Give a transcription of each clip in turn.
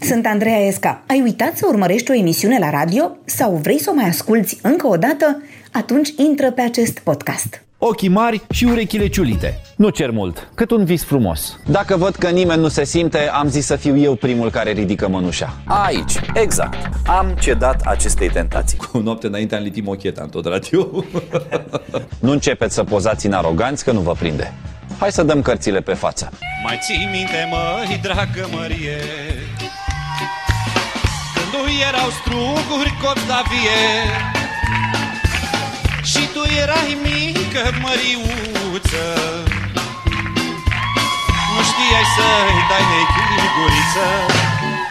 Sunt Andreea Esca. Ai uitat să urmărești o emisiune la radio sau vrei să o mai asculți încă o dată? Atunci intră pe acest podcast. Ochii mari și urechile ciulite. Nu cer mult, cât un vis frumos. Dacă văd că nimeni nu se simte, am zis să fiu eu primul care ridică mănușa. Aici, exact. Am cedat acestei tentații. Cu noapte înainte am litit mocheta în tot radio. Nu începeți să pozați în aroganți că nu vă prinde. Hai să dăm cărțile pe față. Mai ții minte, măi, dragă Mărie Când nu erau struguri copți la vie Și tu erai mică, măriuță Nu știai să-i dai nechiguriță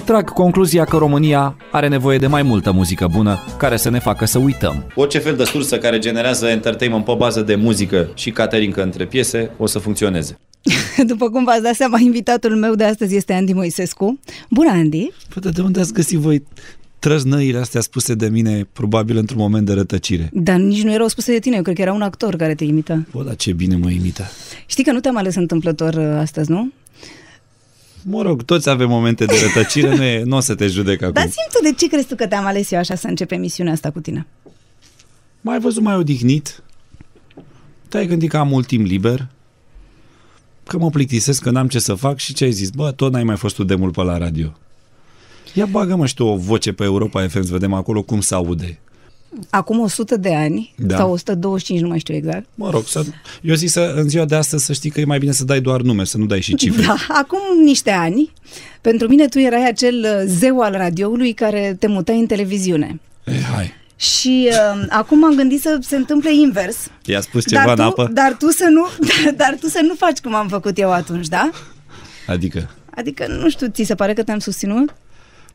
Trag concluzia că România are nevoie de mai multă muzică bună care să ne facă să uităm. Orice fel de sursă care generează entertainment pe bază de muzică și caterincă între piese o să funcționeze. După cum v-ați dat seama, invitatul meu de astăzi este Andy Moisescu. Bună, Andy! Bă, Păi, dar de unde ați găsit voi trăznăile astea spuse de mine, probabil într-un moment de rătăcire? Dar nici nu erau spuse de tine, eu cred că era un actor care te imită. Bă, dar ce bine mă imită. Știi că nu te-am ales întâmplător uh, astăzi, nu? Mă rog, toți avem momente de rătăcire, nu, e, nu o să te judec acum. Dar simt tu de ce crezi tu că te-am ales eu așa să încep emisiunea asta cu tine? Mai ai văzut mai odihnit? Te-ai gândit că am mult timp liber? Că mă plictisesc, că n-am ce să fac și ce ai zis? Bă, tot n-ai mai fost tu de mult pe la radio. Ia bagă mă și tu o voce pe Europa FM să vedem acolo cum se aude. Acum 100 de ani, Da. sau 125, nu mai știu exact. Mă rog, să, eu zic să, în ziua de astăzi să știi că e mai bine să dai doar nume, să nu dai și cifre. Da, acum niște ani, pentru mine tu erai acel uh, zeu al radioului care te mutai în televiziune. E, hai. Și uh, acum am gândit să se întâmple invers. I-a spus ceva dar în tu, apă? Dar tu, să nu, dar tu să nu faci cum am făcut eu atunci, da? Adică, Adică, nu știu, ți se pare că te-am susținut?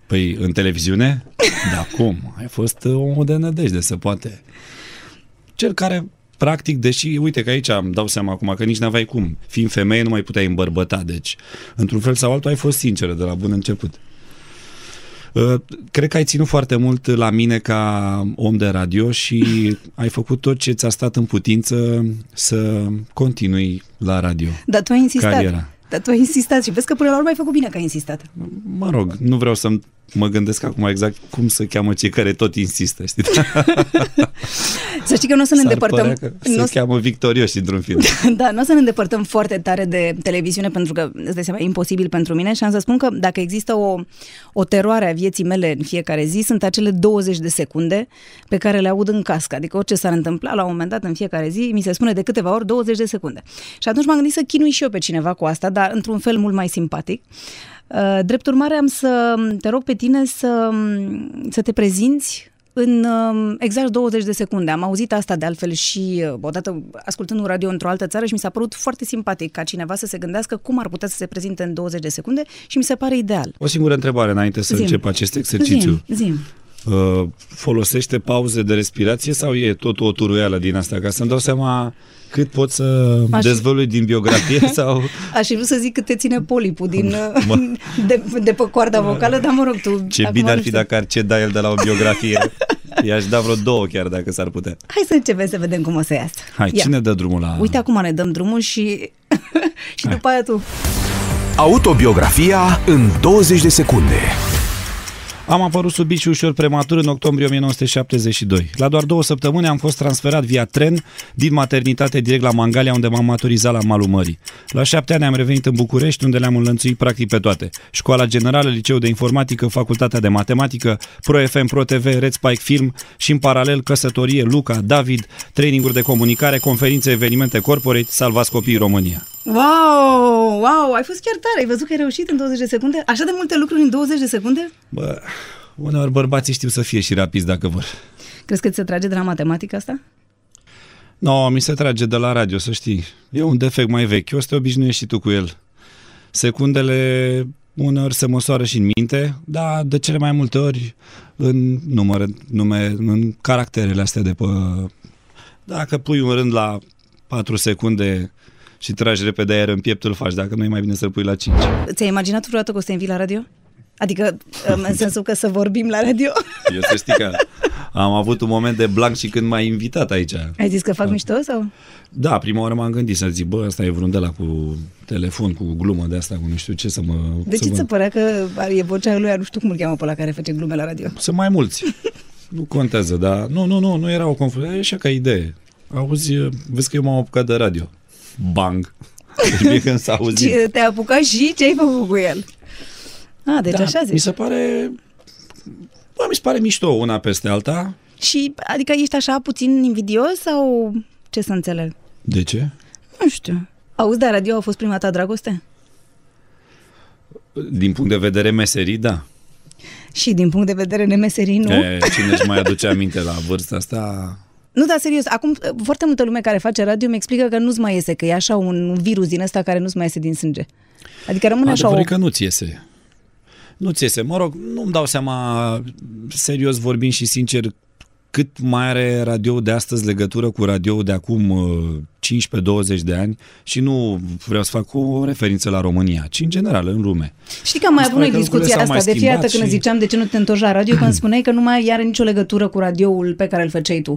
păi în televiziune? Da cum? Ai fost uh, omul de nădejde, se poate. Cel care, practic, deși, uite că aici îmi dau seama acum că nici n-aveai cum. Fiind femeie, nu mai puteai îmbărbăta, deci, într-un fel sau altul, ai fost sinceră de la bun început. Uh, Cred că ai ținut foarte mult la mine ca om de radio și ai făcut tot ce ți-a stat în putință să continui la radio. Dar tu ai insistat. Cariera. Dar tu ai insistat și vezi că până la urmă ai făcut bine că ai insistat. mă rog, nu vreau să mă gândesc acum exact cum se cheamă cei care tot insistă, știi? Să știi că nu o să ne S-ar îndepărtăm. părea că nu o se să- cheamă victorioși într-un film. Da, nu o să ne îndepărtăm foarte tare de televiziune pentru că, îți dai seama, e imposibil pentru mine și am să spun că dacă există o, o teroare a vieții mele în fiecare zi, sunt acele 20 de secunde pe care le aud în cască. Adică orice s-ar întâmpla, la un moment dat, în fiecare zi, mi se spune de câteva ori 20 de secunde. Și atunci m-am gândit să chinui și eu pe cineva cu asta, dar într-un fel mult mai simpatic. Uh, Drept urmare, am să te rog pe tine să, să te prezinți în um, exact 20 de secunde. Am auzit asta de altfel și uh, odată ascultând un radio într-o altă țară și mi s-a părut foarte simpatic ca cineva să se gândească cum ar putea să se prezinte în 20 de secunde și mi se pare ideal. O singură întrebare înainte să Zim. încep acest exercițiu. Zim, zim. Uh, folosește pauze de respirație sau e tot o turuială din asta? Ca să-mi dau seama cât pot să Aș- Aș... dezvălui din biografie sau... Aș fi vrut să zic că te ține polipul din, uh, Mă. de, de pe coarda vocală, dar mă rog tu. Ce acum bine ar nu fi știu. dacă ar ceda el de la o biografie. I-aș da vreo două chiar dacă s-ar putea. Hai să începem să vedem cum o să iasă. Hai, Ia. cine dă drumul la... Uite acum ne dăm drumul și, și după aia tu. Autobiografia în 20 de secunde. Am apărut sub bici ușor prematur în octombrie 1972. La doar două săptămâni am fost transferat via tren din maternitate direct la Mangalia, unde m-am maturizat la malul mării. La șapte ani am revenit în București, unde le-am înlănțuit practic pe toate. Școala generală, liceu de informatică, facultatea de matematică, Pro FM, Pro TV, Red Spike Film și în paralel căsătorie, Luca, David, traininguri de comunicare, conferințe, evenimente corporate, salvați copiii România. Wow, wow, ai fost chiar tare, ai văzut că ai reușit în 20 de secunde? Așa de multe lucruri în 20 de secunde? Bă, uneori bărbații știu să fie și rapizi dacă vor. Crezi că ți se trage de la matematica asta? No, mi se trage de la radio, să știi. E un defect mai vechi, o să te obișnuiești și tu cu el. Secundele uneori se măsoară și în minte, dar de cele mai multe ori în număr, în nume, în caracterele astea de pe... Dacă pui un rând la 4 secunde și tragi repede aer în piept, îl faci. Dacă nu e mai bine să-l pui la 5. Ți-ai imaginat vreodată că o să te invii la radio? Adică um, în sensul că să vorbim la radio. Eu să știi că am avut un moment de blank și când m-ai invitat aici. Ai zis că fac mișto sau? Da, prima oară m-am gândit să zic, bă, ăsta e vreun de la cu telefon, cu glumă de asta, cu nu știu ce să mă... De să ce mă... ți se părea că e vocea lui, nu știu cum îl cheamă pe la care face glume la radio? Sunt mai mulți. nu contează, dar nu, nu, nu, nu era o confuzie. E așa ca idee. Auzi, vezi că eu m-am apucat de radio. Bang. Deci mie când s-a auzit. Ce- Te-a apucat și ce ai făcut cu el? A, deci așa zici. Da, mi se pare... Bă, mi se pare mișto una peste alta. Și adică ești așa puțin invidios sau ce să înțeleg? De ce? Nu știu. Auzi, dar radio a fost prima ta dragoste? Din punct de vedere meserii, da. Și din punct de vedere nemeserii, nu? E, cine își mai aduce aminte la vârsta asta? Nu, dar serios, acum foarte multă lume care face radio mi explică că nu-ți mai iese, că e așa un virus din ăsta care nu-ți mai iese din sânge. Adică rămâne așa o... Adevărul că nu-ți iese. Nu-ți iese. Mă rog, nu-mi dau seama, serios vorbind și sincer, cât mai are radio de astăzi legătură cu radio de acum uh, 15-20 de ani și nu vreau să fac o referință la România, ci în general, în lume. Știi că am mai Mi se avut noi pare că discuția lucrurile s-au asta de mai fiecare dată schimbat când și- ziceam de ce nu te întorci la radio, când spuneai că nu mai are nicio legătură cu radioul pe care îl făceai tu.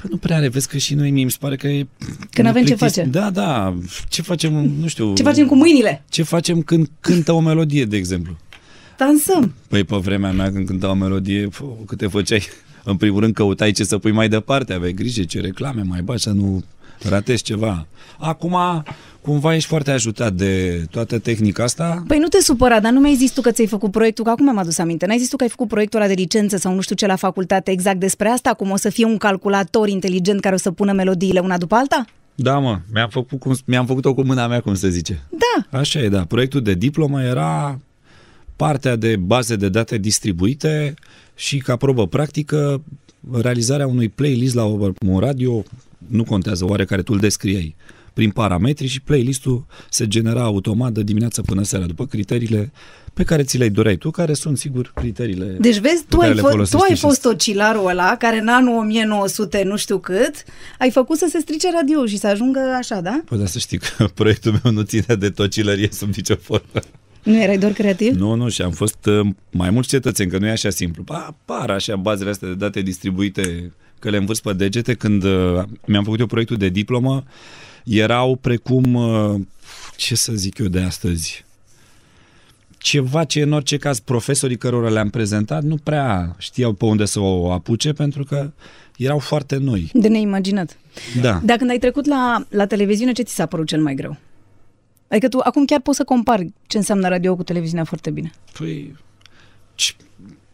Păi nu prea are, vezi că și noi mie mi se pare că e... Că n-avem ce plictis- face. Da, da, ce facem, nu știu... Ce facem cu mâinile? Ce facem când cântă o melodie, de exemplu? Dansăm. Păi pe vremea mea când cânta o melodie, pă, câte făceai? În primul rând căutai ce să pui mai departe, aveai grijă ce reclame mai baci, să nu ratezi ceva. Acum, cumva ești foarte ajutat de toată tehnica asta. Păi nu te supăra, dar nu mi-ai zis tu că ți-ai făcut proiectul, că acum am adus aminte. N-ai zis tu că ai făcut proiectul ăla de licență sau nu știu ce la facultate exact despre asta, cum o să fie un calculator inteligent care o să pună melodiile una după alta? Da, mă, mi-am făcut, cum, mi-am făcut-o cu mâna mea, cum se zice. Da. Așa e, da. Proiectul de diplomă era partea de baze de date distribuite și ca probă practică realizarea unui playlist la un radio, nu contează oarecare tu îl descriei, prin parametri și playlistul se genera automat de dimineață până seara după criteriile pe care ți le doreai tu, care sunt sigur criteriile Deci vezi, pe tu ai, care le fo- tu folosești ai și- fost ocilarul ăla care în anul 1900 nu știu cât ai făcut să se strice radio și să ajungă așa, da? Păi da, să știi că proiectul meu nu ține de tocilărie sub nicio formă. Nu erai doar creativ? Nu, nu, și am fost uh, mai mulți cetățeni, că nu e așa simplu. Pa, par așa bazele astea de date distribuite, că le învârți pe degete. Când uh, mi-am făcut eu proiectul de diplomă, erau precum, uh, ce să zic eu de astăzi, ceva ce în orice caz profesorii cărora le-am prezentat nu prea știau pe unde să o apuce pentru că erau foarte noi. De neimaginat. Da. Dar când ai trecut la, la televiziune, ce ți s-a părut cel mai greu? Adică tu acum chiar poți să compari ce înseamnă radio cu televiziunea foarte bine. Păi, ce-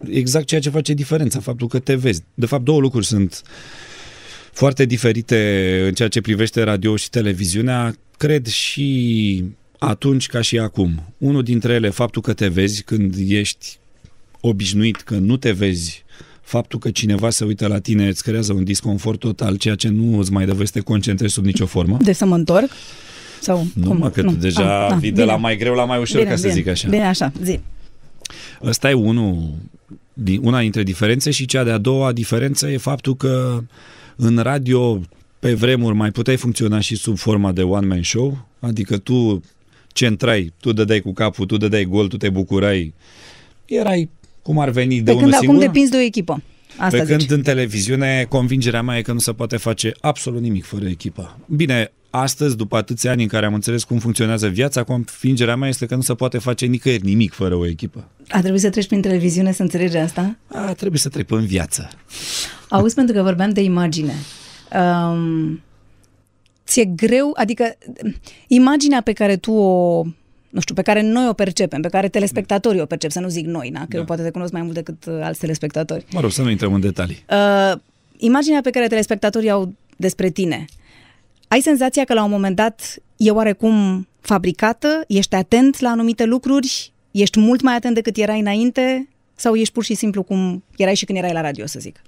exact ceea ce face diferența, faptul că te vezi. De fapt, două lucruri sunt foarte diferite în ceea ce privește radio și televiziunea, cred și atunci ca și acum. Unul dintre ele, faptul că te vezi când ești obișnuit, că nu te vezi, faptul că cineva se uită la tine îți creează un disconfort total, ceea ce nu îți mai dă voie să te concentrezi sub nicio formă. De să mă întorc? Sau Nu, Da. cum? mă, că tu deja Ah, ah, vii de la mai greu la mai ușor, ca să bine. zic așa. Bine, așa, zi. Ăsta e unul, din- una dintre diferențe și cea de-a doua diferență e faptul că în radio pe vremuri mai puteai funcționa și sub forma de one-man show, adică tu centrai, tu dădeai cu capul, tu dădeai gol, tu te bucurai, erai cum ar veni de Pe unul când singur. acum depinzi de o echipă. Asta Pe zici. când în televiziune convingerea mea e că nu se poate face absolut nimic fără echipă. Bine, astăzi, după atâția ani în care am înțeles cum funcționează viața, convingerea mea este că nu se poate face nicăieri nimic fără o echipă. A trebuit să treci prin televiziune să înțelegi asta? A, trebuie să trec în viață. Auzi, pentru că vorbeam de imagine. Um, ți-e greu, adică imaginea pe care tu o nu știu, pe care noi o percepem, pe care telespectatorii o percep, să nu zic noi, na, că da. eu poate te cunosc mai mult decât uh, alți telespectatori. Mă rog, să nu intrăm în detalii. Uh, imaginea pe care telespectatorii au despre tine, ai senzația că la un moment dat e oarecum fabricată, ești atent la anumite lucruri, ești mult mai atent decât erai înainte sau ești pur și simplu cum erai și când erai la radio, să zic?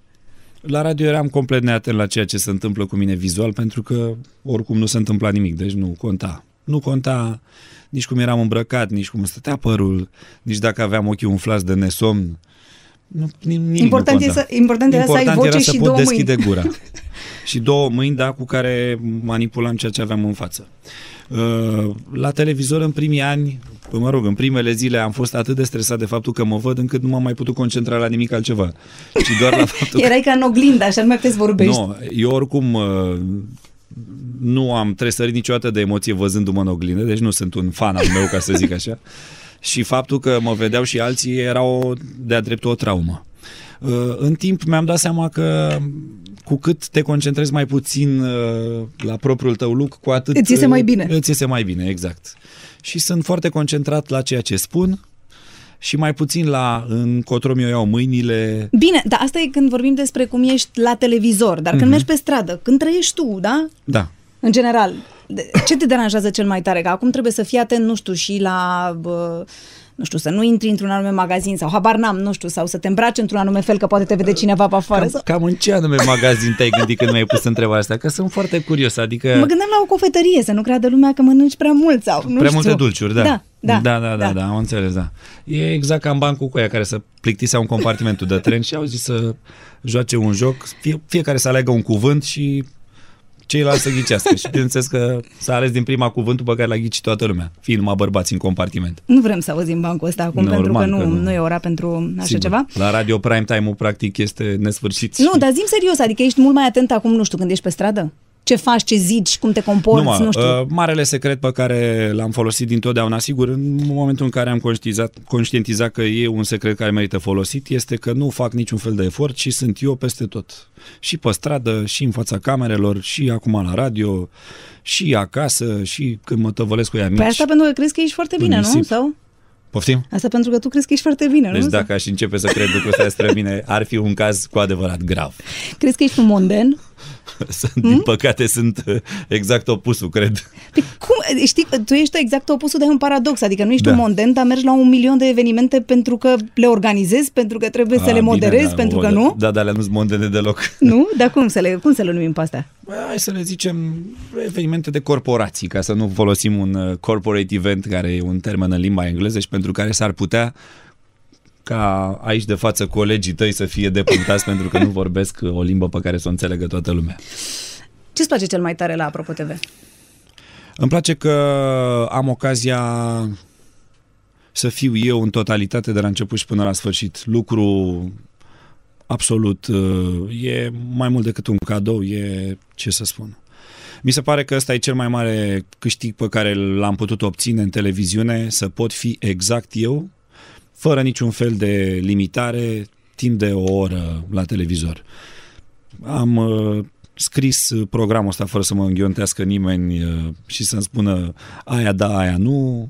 La radio eram complet neatent la ceea ce se întâmplă cu mine vizual, pentru că oricum nu se întâmpla nimic, deci nu conta. Nu conta nici cum eram îmbrăcat, nici cum îmi stătea părul, nici dacă aveam ochii umflați de nesomn. Nu, nimic nu Important, e conta. să, important, era să ai Important voce era și să pot două mâini. deschide gura. și două mâini, da, cu care manipulam ceea ce aveam în față. Uh, La televizor în primii ani, mă rog, în primele zile am fost atât de stresat de faptul că mă văd încât nu m-am mai putut concentra la nimic altceva, ci doar la faptul că... Erai ca în oglindă, așa nu mai puteți vorbești. Nu, eu oricum uh, nu am tresărit niciodată de emoție văzându-mă în oglindă, deci nu sunt un fan al meu, ca să zic așa. Și faptul că mă vedeau și alții era o, de-a dreptul o traumă. Uh, În timp mi-am dat seama că cu cât te concentrezi mai puțin uh, la propriul tău lucru, cu atât Îți iese mai bine. Îți iese mai bine, exact. Și sunt foarte concentrat la ceea ce spun și mai puțin la încotro mi-o iau mâinile, Bine, dar asta e când vorbim despre cum ești la televizor, dar când Mhm. mergi pe stradă, când trăiești tu, da? da, În general, de- ce te deranjează cel mai tare? Că acum trebuie să fii atent, nu știu, și la... Bă, nu știu, să nu intri într-un anume magazin sau habar n-am, nu știu, sau să te îmbraci într-un anume fel că poate te vede cineva pe afară. Cam, Sau... cam în ce anume magazin te-ai gândit când mi-ai pus întrebarea asta? Că sunt foarte curios, adică Mă gândeam la o cofetărie, să nu creadă lumea că mănânci prea mult sau nu prea știu. multe dulciuri, da. Da, da, da, da, da, da, am înțeles, da. E exact ca în bancul cu aia care să plictisea un compartimentul de tren și au zis să joace un joc, fie, fiecare să aleagă un cuvânt și ceilalți să ghicească. și bineînțeles că s-a ales din prima cuvântul pe care l-a ghicit toată lumea, fiind numai bărbați în compartiment. Nu vrem să auzim bancul ăsta acum, Normal pentru că nu, că nu. nu e ora pentru așa Sigur. ceva. La radio prime time-ul practic este nesfârșit. Nu, și- dar zim serios, adică ești mult mai atent acum, nu știu, când ești pe stradă? Ce faci, ce zici, cum te comporți, nu, știu. uh, marele secret pe care l-am folosit dintotdeauna, sigur, în momentul în care am conștientizat, conștientizat că e un secret care merită folosit, este că nu fac niciun fel de efort și sunt eu peste tot. Și pe stradă, și în fața camerelor, și acum la radio, și acasă, și când mă tăvălesc cu ei amici. Păi asta pentru că crezi că ești foarte deci În bine, nu? nisip. Sau? Poftim? Asta pentru că tu crezi că ești foarte bine, Deci nu? dacă aș începe să cred lucrul ăsta despre mine, ar fi un caz cu adevărat grav. Crezi că ești un monden? Sunt, Hmm? Din păcate sunt uh, exact opusul, cred. Păi cum, știi, tu ești exact opusul de un paradox, adică nu ești Da. un monden, dar mergi la un milion de evenimente pentru că le organizezi, pentru că trebuie să Ah, le bine, moderezi, da, pentru o, că da. nu? Da, dar le-am dus mondene deloc. Nu? Dar cum să le, cum să le numim pe astea? Bă, Păi, Hai să le zicem evenimente de corporații, ca să nu folosim un uh, corporate event, care e un termen în limba engleză și pentru care s-ar putea ca aici de față colegii tăi să fie deputați pentru că nu vorbesc uh, o limbă pe care să o înțeleagă toată lumea. Ce-ți place cel mai tare la Apropo TV? Îmi place că am ocazia să fiu eu în totalitate de la început și până la sfârșit. Lucru absolut uh, e mai mult decât un cadou, e ce să spun. Mi se pare că ăsta e cel mai mare câștig pe care l-am putut obține în televiziune, să pot fi exact eu, fără niciun fel de limitare, timp de o oră la televizor. Am uh, scris uh, programul ăsta fără să mă înghiontească nimeni uh, și să-mi spună aia da, aia nu.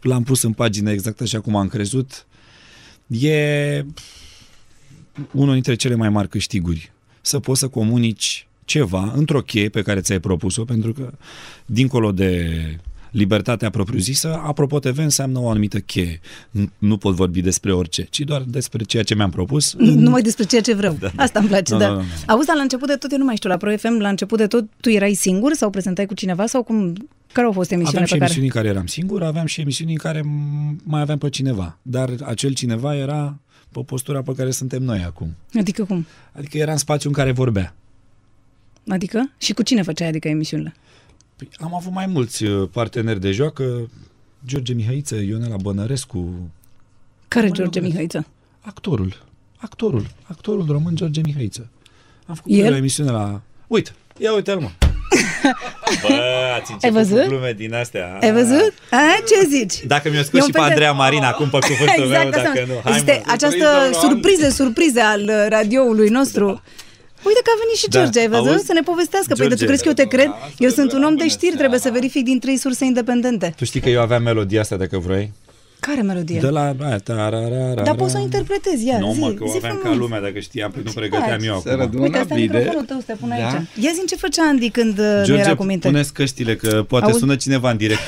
L-am pus în pagină exact așa cum am crezut. E unul dintre cele mai mari câștiguri. Să poți să comunici ceva într-o cheie pe care ți-ai propus-o, pentru că dincolo de libertatea propriu-zisă, apropo TV înseamnă o anumită cheie. Nu- Nu pot vorbi despre orice, ci doar despre ceea ce mi-am propus. Mm-hmm. Numai despre ceea ce vreau. Da, Asta îmi place, Nu, da. nu, da. nu. Auzi, dar la început de tot, eu nu mai știu, la Pro FM, la început de tot, tu erai singur sau prezentai cu cineva sau cum? Care au fost emisiunile Aveam și pe care... emisiuni în care eram singur, aveam și emisiuni în care m- mai aveam pe cineva. Dar acel cineva era pe postura pe care suntem noi acum. Adică cum? Adică era în spațiu în care vorbea. Adică? Și cu cine făceai, adică, emisiunile? Păi, am avut mai mulți uh, parteneri de joacă. George Mihăiță, Ionela Bănărescu, Care Mă George rog, Mihăiță? actorul, actorul, actorul român George Mihăiță. Am făcut El? El? o emisiune la... Uite, ia uite-l, mă. Bă, ați început văzut? cu glume din astea. Ai văzut? A, ce zici? Dacă mi-o E scos un și pe fel de- Exact, Andreea Marina acum pe cuvântul meu, asta dacă mă- nu. Hai, este mă. această surpriză, surpriză al uh, radioului nostru. Uite că a venit și Da, George, ai văzut? auzi? Să ne povestească. Păi, dar George. tu Da, crezi că eu te cred? Eu sunt un om de știri, trebuie să verific din trei surse independente. Tu știi că eu aveam melodia asta, dacă vrei? Care melodie? De la aia, tararara. Dar poți să o interpretezi, ia, Nu, zi, mă, că o zi aveam ca frumos. lumea, dacă știam, că nu pregăteam faci? eu Seara acum. de Uite, una asta e vide. microfonul tău, să pune Da. aici. Ia zi ce făcea Andy când uh, nu era cu minte. puneți căștile, că poate Auzi? sună cineva în direct.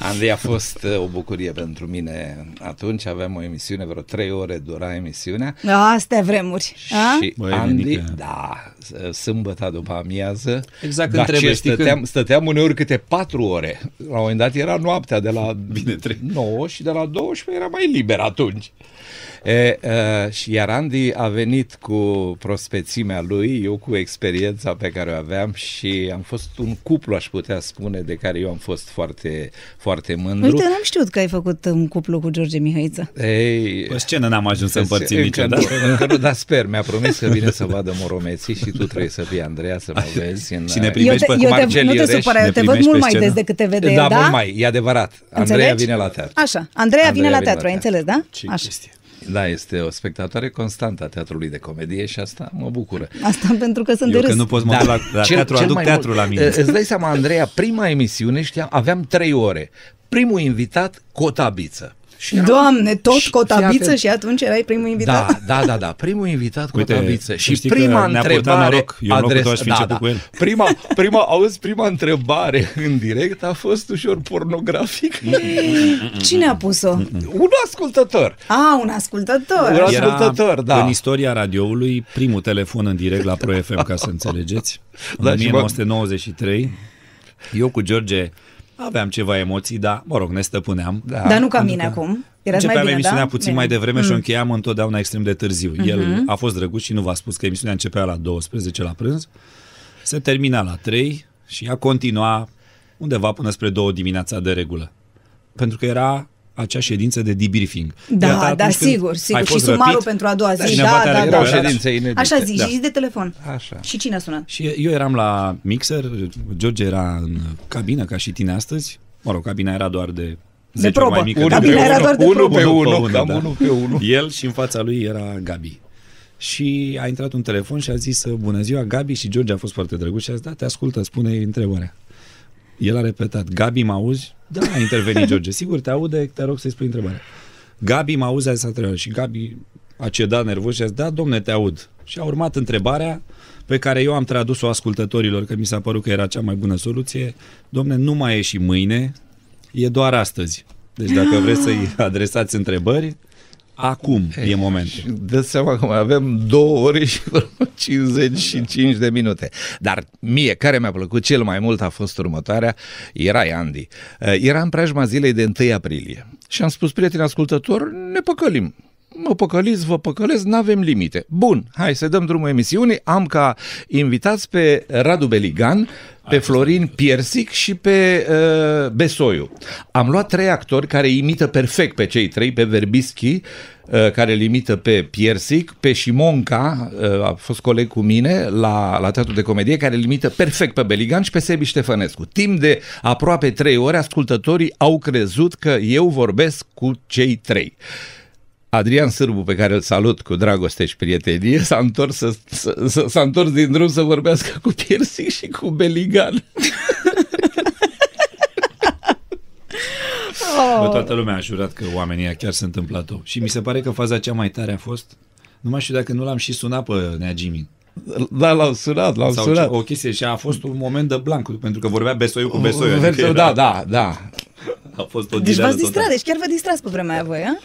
Andrei a fost uh, o bucurie pentru mine atunci, aveam o emisiune, vreo trei ore dura emisiunea Astea vremuri. A? și Băi, Andy, Nenica. da, s- sâmbătă după amiază, Exact când dar trebuie, ce, știi când? stăteam, stăteam uneori câte patru ore, la un moment dat era noaptea de la Bine, 9 și de la 12 era mai liber atunci. E, uh, și iar Andy a venit cu prospețimea lui, eu cu experiența pe care o aveam și am fost un cuplu, aș putea spune, de care eu am fost foarte, foarte mândru. Uite, n-am știut că ai făcut un cuplu cu George Mihăiță. da. Ei, Pe scenă n-am ajuns să împărțim Deci, da? încă niciodată. da. Nu, încă nu, dar sper, mi-a promis că vine să vadă moromeții și tu trebuie să fii, Andreea, să mă vezi. În, Și ne uh, privești pe cum ar Marcel nu te Ioreș, supăra, ne eu te văd primești mult pe mai scenă. des decât te vede da, el, da? mult mai, e adevărat. Andreea Înțelegi? vine la teatru. Așa, Andreea, vine la teatru, ai înțeles, da? Așa. Da, este o spectatoare constantă a teatrului de comedie și asta mă bucură. Asta pentru că sunt de Eu că râs. nu pot mă da, la, la teatru, aduc mai teatru la mult, mine. Îți dai seama, Andreea, prima emisiune știam, aveam trei ore. Primul invitat, Cotabiță. Și eram- Doamne, tot Și- fii cotabiță atent. și atunci erai primul invitat? Da, da, da, da. Primul invitat cu Uite, tabliță. să Și știi că prima ne-a purtat întrebare noroc. Eu în locul tău aș fi da, început da. cu el. Prima, prima, auzi, prima întrebare în direct a fost ușor pornografic. Mm. Cine a pus-o? Un ascultător. A, un ascultător. Un Era ascultător, da. în istoria radioului primul telefon în direct la Pro FM, ca să înțelegeți. În Da, și mă- 1993, eu cu George aveam ceva emoții, dar, mă rog, ne stăpâneam. Da. Dar nu ca mine acum. Erați mai Începeam bine, emisiunea da? puțin Bine. Mhm. mai devreme mm. și o încheiam întotdeauna extrem de târziu. El a fost drăguț și nu v-a spus că emisiunea începea la 12 la prânz, se termina la 3 și ea continua undeva până spre 2 dimineața de regulă. Pentru că era acea ședință de debriefing. Da, Iată, da, atunci când sigur, sigur. ai Și fost sumarul răpit, pentru a doua zi, cineva da, te-a da, Era o recuperat. da. ședință inedită. Așa zici, Da. și de telefon. Așa. Și cine a sunat? Și eu eram la mixer, George era în cabină ca și tine astăzi. Mă rog, cabina era doar de 10 ori probă. mai mică. Unul decât pe mine. unul, doar de unul pe Unul da. unul, cam unul pe unul. El și în fața lui era Gabi. Și a intrat un telefon și a zis, bună ziua, Gabi și George a fost foarte drăguț și a zis, da, te ascultă, spune întrebarea. El a repetat, Gabi, mă auzi? Da, a intervenit George, sigur, te aude, te rog să-i spui întrebarea. Gabi, mă auzi, a zis a treia oară. și Gabi a cedat nervos și a zis, da, domne, te aud. Și a urmat întrebarea pe care eu am tradus-o ascultătorilor, că mi s-a părut că era cea mai bună soluție. Domne, nu mai e și mâine, e doar astăzi. Deci dacă vreți să-i adresați întrebări, acum e momentul. Dă seama că mai avem două ore și vreo 55 de minute. Dar mie, care mi-a plăcut cel mai mult a fost următoarea, era Andy. Uh, Era în preajma zilei de 1 aprilie. Și am spus, prieteni ascultători, ne păcălim. Mă păcăliți, vă păcălesc, n-avem limite. Bun, hai să dăm drumul emisiunii. Am ca invitați pe Radu Beligan, pe Florin Piersic și pe uh, Besoiu. Am luat trei actori care imită perfect pe cei trei, pe Verbischi, uh, care îl imită pe Piersic, pe Șimonca, uh, a fost coleg cu mine la, la Teatru de Comedie, care îl imită perfect pe Beligan și pe Sebi Ștefănescu. Timp de aproape trei ore, ascultătorii au crezut că eu vorbesc cu cei trei. Adrian Sârbu, pe care îl salut cu dragoste și prietenie, s-a întors, să, să, să- s-a întors din drum să vorbească cu Piersic și cu Beligan. Bă, toată lumea a jurat că oamenii ăia chiar sunt în platou. Și mi se pare că faza cea mai tare a fost, nu mai știu dacă nu l-am și sunat pe Nea Jimmy. Da, l-au sunat, l-au Sau ce, sunat. o chestie și a fost un moment de blanc, pentru că vorbea Besoiu cu Besoiu. adică Versul, era- da, da, da. A fost o Deci dileală v-ați distrat, totală. deci chiar vă distrați pe vremea aia voi, a?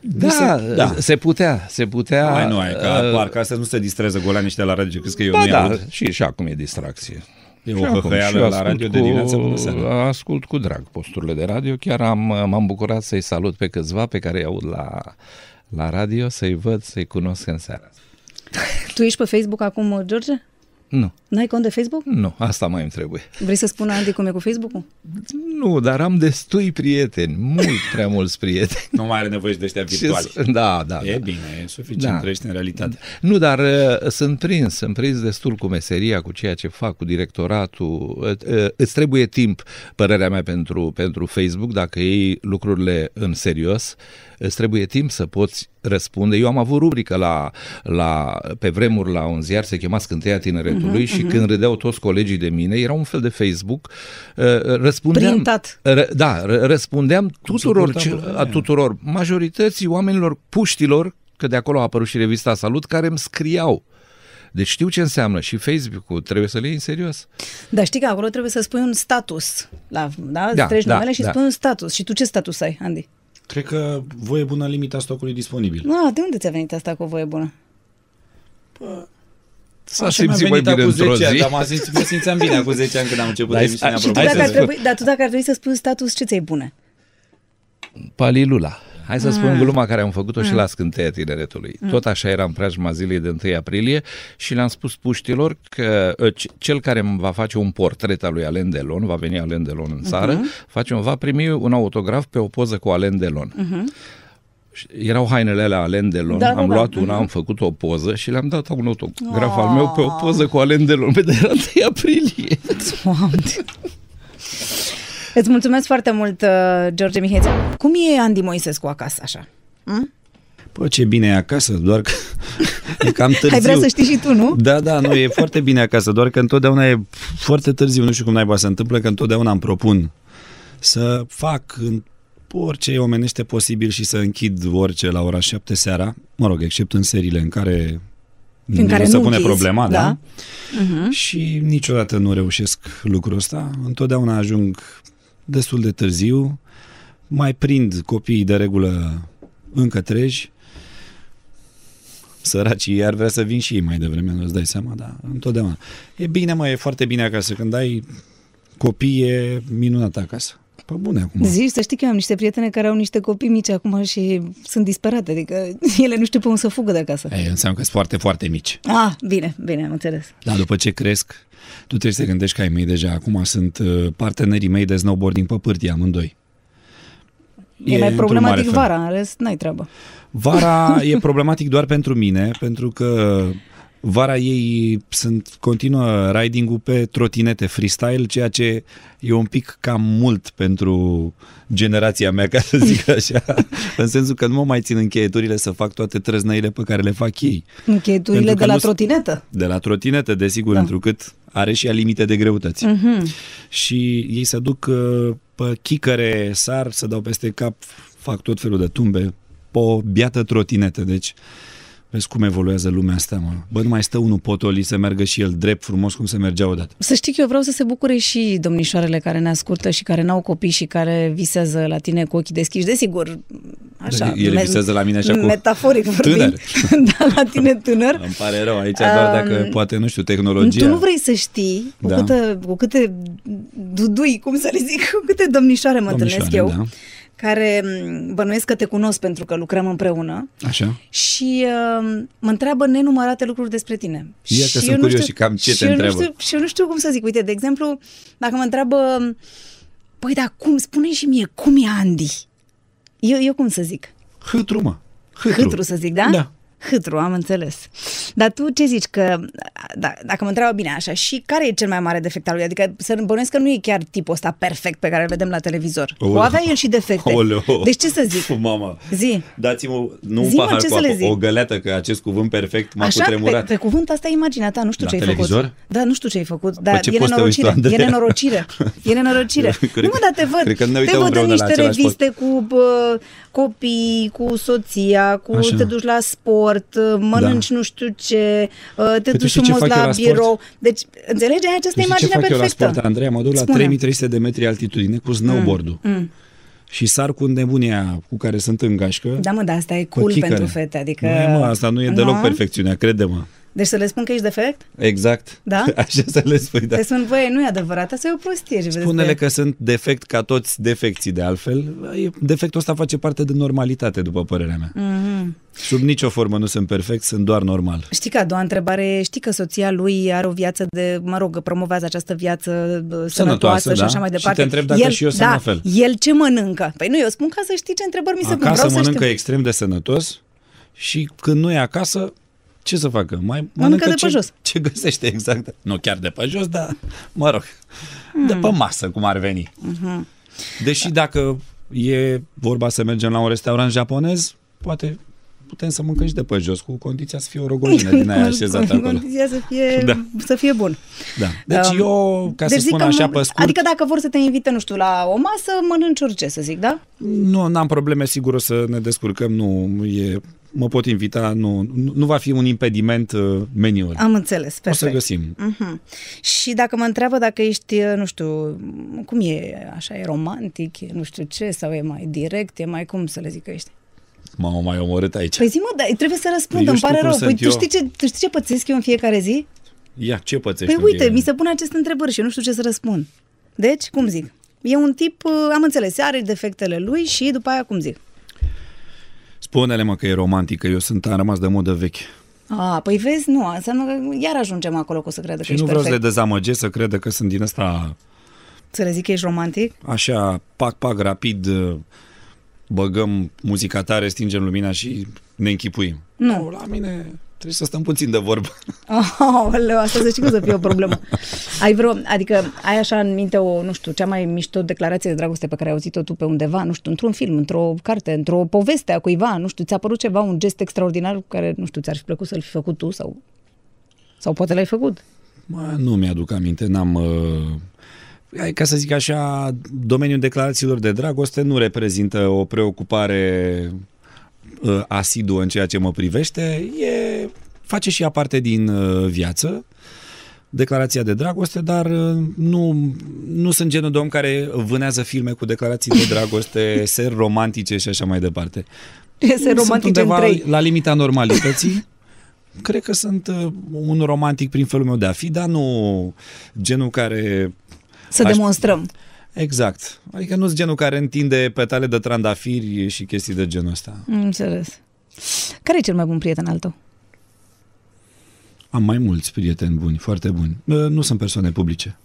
Da, se, da, se putea, se putea. Hai nu, hai, că uh, parcă astăzi nu se distrează golanii ăștia la radio, crezi că eu Ba nu-i da, aud. și, și acum e distracție. E Și o acum, și eu hăhăială la ascult radio de dimineață până seara. Ascult cu drag posturile de radio. Chiar am, m-am bucurat să-i salut pe câțiva pe care îi aud la, la radio, să-i văd, să-i cunosc în seara. asta. Tu ești pe Facebook acum, George? Nu, N-ai cont de Facebook? nu, asta mai îmi trebuie. Vrei să spună Andy cum e cu Facebook-ul? Nu, dar am destui prieteni, mult prea mulți prieteni. Nu mai are nevoie și de ăștia Ce virtuali. să- Da, da. E da. bine, e suficient, Da. trăiești în realitate. Nu, dar uh, sunt prins, sunt prins destul cu meseria, cu ceea ce fac, cu directoratul. Uh, uh, Îți trebuie timp, părerea mea, pentru, pentru Facebook, dacă iei lucrurile în serios, îți trebuie timp să poți răspunde. Eu am avut rubrică la, la, pe vremuri la un ziar, se chema Scânteia Tineretului uh-huh, și uh-huh. când râdeau toți colegii de mine, era un fel de Facebook, uh, răspundeam... Printat. Ră, da, ră, răspundeam tuturor, suporta ce, problema a aia. tuturor, majorității oamenilor, puștilor, că de acolo a apărut și revista Salut, care îmi scriau Deci știu ce înseamnă și Facebook-ul, trebuie să le iei în serios. Dar știi că acolo trebuie să spui un status. La, da? Da, da Treci da, numele și da. spui un status. Și tu ce status ai, Andy? Cred că voie bună limita stocului disponibil. Ah, de unde ți-a venit asta cu voie bună? S-a simțit mai bine într-o zi. Dar mă, simț, mă simțeam bine acum 10 ani când am început Dar ai- emisiunea. ai- și Tu apropo. Hai dacă să ar spun. trebui, dar tu dacă ar trebui să spui un status, ce ți-ai bune? Palilula. Hai să spun Ah. gluma care am făcut-o și la scânteia tineretului. Tot așa era în preajma zilei de 1 aprilie și le-am spus puștilor că ă, ce- cel care îmi va face un portret al lui Alain Delon, va veni Alain Delon în țară, Mhm. face un, va primi un autograf pe o poză cu Alain Delon. Și Erau hainele alea Alain Delon, Da, da, Mhm. da, am da. luat una, am făcut o poză și le-am dat un autograf al meu Ah. pe o poză cu Alain Delon, pe de la 1 aprilie. Doamne. Îți mulțumesc foarte mult, uh, George Mihaiță. Cum e Andy Moisescu acasă, așa? Bă, ce bine e acasă, doar că e cam târziu. Ai vrea să știi și tu, nu? Da, da, nu, e foarte bine acasă, doar că întotdeauna e foarte târziu, nu știu cum naiba se întâmplă, că întotdeauna îmi propun să fac în orice e omenește posibil și să închid orice la ora 7 seara, mă rog, except în seriile în care În care se nu pune închizi, problema, da? da. Uh-huh. Și niciodată nu reușesc lucrul ăsta, întotdeauna ajung destul de târziu, mai prind copiii de regulă încă treji, săracii iar vrea să vin și ei mai devreme, nu îți dai seama, dar întotdeauna. E bine, mă, e foarte bine acasă. Când ai copii, e minunat acasă. Pe bune acum. Zici, să știi că eu am niște prietene care au niște copii mici acum și sunt disperate, adică ele nu știu pe unde să fugă de acasă. Ei, înseamnă că sunt foarte, foarte mici. Ah, bine, bine, am înțeles. Dar după ce cresc, tu trebuie să te gândești că ai mei deja. Acum sunt uh, partenerii mei de snowboarding pe pârtie, amândoi. E, e într-un mai mare problematic fel. vara, în rest n-ai treabă. Vara e problematic doar pentru mine, pentru că vara ei sunt continuă riding-ul pe trotinete freestyle, ceea ce e un pic cam mult pentru generația mea, ca să zic așa, în sensul că nu mă mai țin încheieturile să fac toate trăznăile pe care le fac ei. Încheieturile Pentru că de la nu- trotinetă. De la trotinete, desigur, da. întrucât are și ea limite de greutăți. Mhm. Și ei se duc uh, pe chicăre, sar, se dau peste cap, fac tot felul de tumbe, pe o biată trotinete. Deci, vezi cum evoluează lumea asta, mă. Bă, nu mai stă unul potoli să meargă și el drept, frumos, cum se mergea odată. Să știi că eu vreau să se bucure și domnișoarele care ne ascultă și care n-au copii și care visează la tine cu ochii deschiși. Desigur, așa. Da, ele visează la mine așa cu Metaforic vorbind. tânăr. da, la tine tânăr. Îmi pare rău aici, doar dacă, poate, nu știu, tehnologia... Tu nu vrei să știi cu, Da. câte, cu câte dudui, cum să le zic, cu câte domnișoare mă Domnișoare, întâlnesc eu, da. care m, bănuiesc că te cunosc pentru că lucrăm împreună Așa? și uh, mă întreabă nenumărate lucruri despre tine. Ia că și sunt eu nu curios știu- și cam ce și te eu nu întreabă. Știu, și eu nu știu cum să zic. Uite, de exemplu, dacă mă întreabă, păi, dar cum, spune și mie, cum e Andy? Eu, eu cum să zic? Hâtru, mă. Hâtru. Hâtru, să zic, da? Da. Hâtru, am înțeles. Dar tu ce zici că, da, dacă mă întreabă bine așa, și care e cel mai mare defect al lui? Adică să bănuiesc că nu e chiar tipul ăsta perfect pe care îl vedem la televizor. O, Oleo. avea el și defecte. Oleo. Deci ce să zic? Mama. Zi. Dați-mă, nu un Zi-mă pahar ce cu să le apă, zic. o găleată, că acest cuvânt perfect m-a Așa, Păi, pe, cutremurat. pe cuvânt asta e imaginea ta, nu știu La ce ai făcut. televizor? Păi Da, nu știu ce ai făcut, dar ce e poți să te uiți tu, nenorocire, e Andreea? nenorocire, e nenorocire. Cred nu mă, că- dar te văd, cred că ne te uităm văd în împreună la niște același reviste cu bă, copii, cu soția, cu Așa. Da. te duci la sport, uh, mănânci nu știu ce, uh, te Păi tu duci știi ce frumos fac eu la la sport? birou. Deci, înțelegi, Aia Tu această știi ce imagine fac eu la perfectă. sport, Andreea? Mă duc la Spune. 3300 de metri altitudine cu snowboard-ul. Mm. Și sar cu nebunia cu care sunt în gașcă. Da, mă, dar asta e pe cool Păi, chicăre. pentru fete, adică- Da. Nu, e, mă, asta nu e deloc Nu? perfecțiunea, crede-mă. Deci să le spun că ești defect? Exact. Da? Așa să le spui, da. Te spun, băi, nu e adevărat, asta e o prostie. și Spune-le vezi că sunt defect ca toți defecții de altfel. E- Defectul ăsta face parte din normalitate, după părerea mea. Mhm. Sub nicio formă nu sunt perfect, sunt doar normal. Știi că a doua întrebare, e, știi că soția lui are o viață de, mă rog, promovează această viață uh, sănătoasă, sănătoasă Sănătoasă, și da. așa mai Și departe. te întreb dacă el, și eu sunt da, la fel. El ce mănâncă? Păi nu, eu spun ca să știi ce întrebări mi se pun. acasă Vreau să mănâncă știu. extrem de sănătos și când nu e acasă, ce să facă? Mai mănâncă, de pe ce, jos. ce găsește exact. Nu chiar de pe jos, dar mă rog, de Hmm. pe masă cum ar veni. Mhm. Deși dacă e vorba să mergem la un restaurant japonez, poate putem să mâncăm și de pe jos, cu condiția să fie o rogolină din aia așezată acolo. Condiția să fie, da. Da. să fie bun. Da. Deci Um, eu, ca să zic spun că așa mă- pe scurt, Adică dacă vor să te invite, nu știu, la o masă, mănânci orice, să zic, da? Nu, n-am probleme, sigur o să ne descurcăm, nu e mă pot invita, nu, nu nu va fi un impediment uh, meniul. Am înțeles, O să Ah, perfect. găsim. Mhm. Și dacă mă întreabă dacă ești, uh, nu știu, cum e, așa, e romantic, e nu știu ce, sau e mai direct, e mai cum să le zic că ești? M-am mai omorât aici. Păi zi mă, dar trebuie să răspund, Eu îmi știu pare cum rău. sunt Păi tu eu. știi, ce, tu știi ce pățesc eu în fiecare zi? Ia, ce pățești? Păi în uite, fiecare mi zi? se pune aceste întrebări și eu nu știu ce să răspund. Deci, cum zic? E un tip, uh, am înțeles, are defectele lui și după aia, cum zic? Spune-le mă că e romantică, eu sunt, am rămas de modă vechi. A, păi vezi, nu, asta înseamnă că iar ajungem acolo că o să creadă că Și nu ești vreau să le Deci perfect. dezamăgesc, să credă că sunt din asta Să le zic că ești romantic? așa, pac-pac, rapid, uh, băgăm muzica tare, stingem lumina și ne închipuim. Nu. Nu, la mine trebuie să stăm puțin de vorbă. Oh, asta să știi cum să fie o problemă. Ai vreo, adică ai așa în minte o, nu știu, cea mai mișto declarație de dragoste pe care ai auzit-o tu pe undeva, nu știu, într-un film, într-o carte, într-o poveste a cuiva, nu știu, ți-a părut ceva, un gest extraordinar cu care, nu știu, ți-ar fi plăcut să-l fi făcut tu sau... Sau poate l-ai făcut. Mă, nu mi-aduc aminte, n-am... Uh... ai, Ca să zic așa, domeniul declarațiilor de dragoste nu reprezintă o preocupare uh, asiduă în ceea ce mă privește. E, face și ea parte din uh, viață, declarația de dragoste, dar uh, nu, nu sunt genul de om care vânează filme cu declarații de dragoste, seri romantice și așa mai departe. Este Sunt romantic undeva între ei. la limita normalității. Cred că sunt uh, un romantic prin felul meu de a fi, dar nu genul care... Să Aș- demonstrăm. Exact. Adică nu sunt genul care întinde petale de trandafiri și chestii de genul ăsta. Am Înțeles. Care e cel mai bun prieten al tău? Am mai mulți prieteni buni, foarte buni. Uh, Nu sunt persoane publice.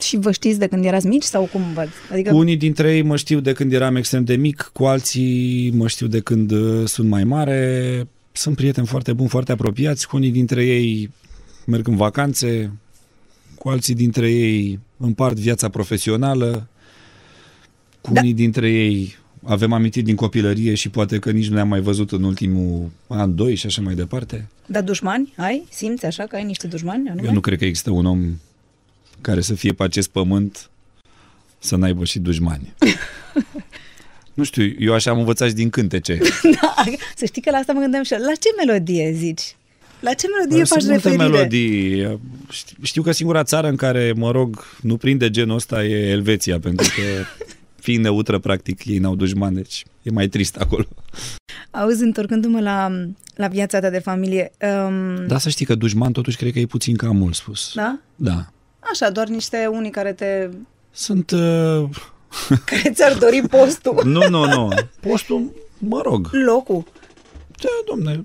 Și vă știți de când erați mici sau cum vă... Adică, Cu unii dintre ei mă știu de când eram extrem de mic, cu alții mă știu de când uh, sunt mai mare. Sunt prieteni foarte buni, foarte apropiați. Cu unii dintre ei merg în vacanțe, cu alții dintre ei împart viața profesională, cu da. unii dintre ei avem amintiri din copilărie și poate că nici nu ne-am mai văzut în ultimul an, doi și așa mai departe. dar da, dușmani ai? Simți așa că ai niște dușmani? Anume? Eu nu cred că există un om care să fie pe acest pământ să n-aibă și dușmani. nu știu, eu așa am învățat și din cântece. Da, să știi că la asta mă gândeam și eu. La ce melodie zici? La ce melodie faci Sunt multe referire? melodii. Ști- Știu că singura țară în care, mă rog, nu prinde genul ăsta e Elveția, pentru că fiind neutră, practic, ei n-au dușmani, deci e mai trist acolo. Mm. Auzi, întorcându-mă la, la viața ta de familie, um, Dar să știi că dușman totuși cred că e puțin cam mult spus. da? Da. Așa, doar niște unii care te Sunt... Uh... care ți-ar dori postul, nu, nu, nu. Postul, mă rog, locul. Da, domne,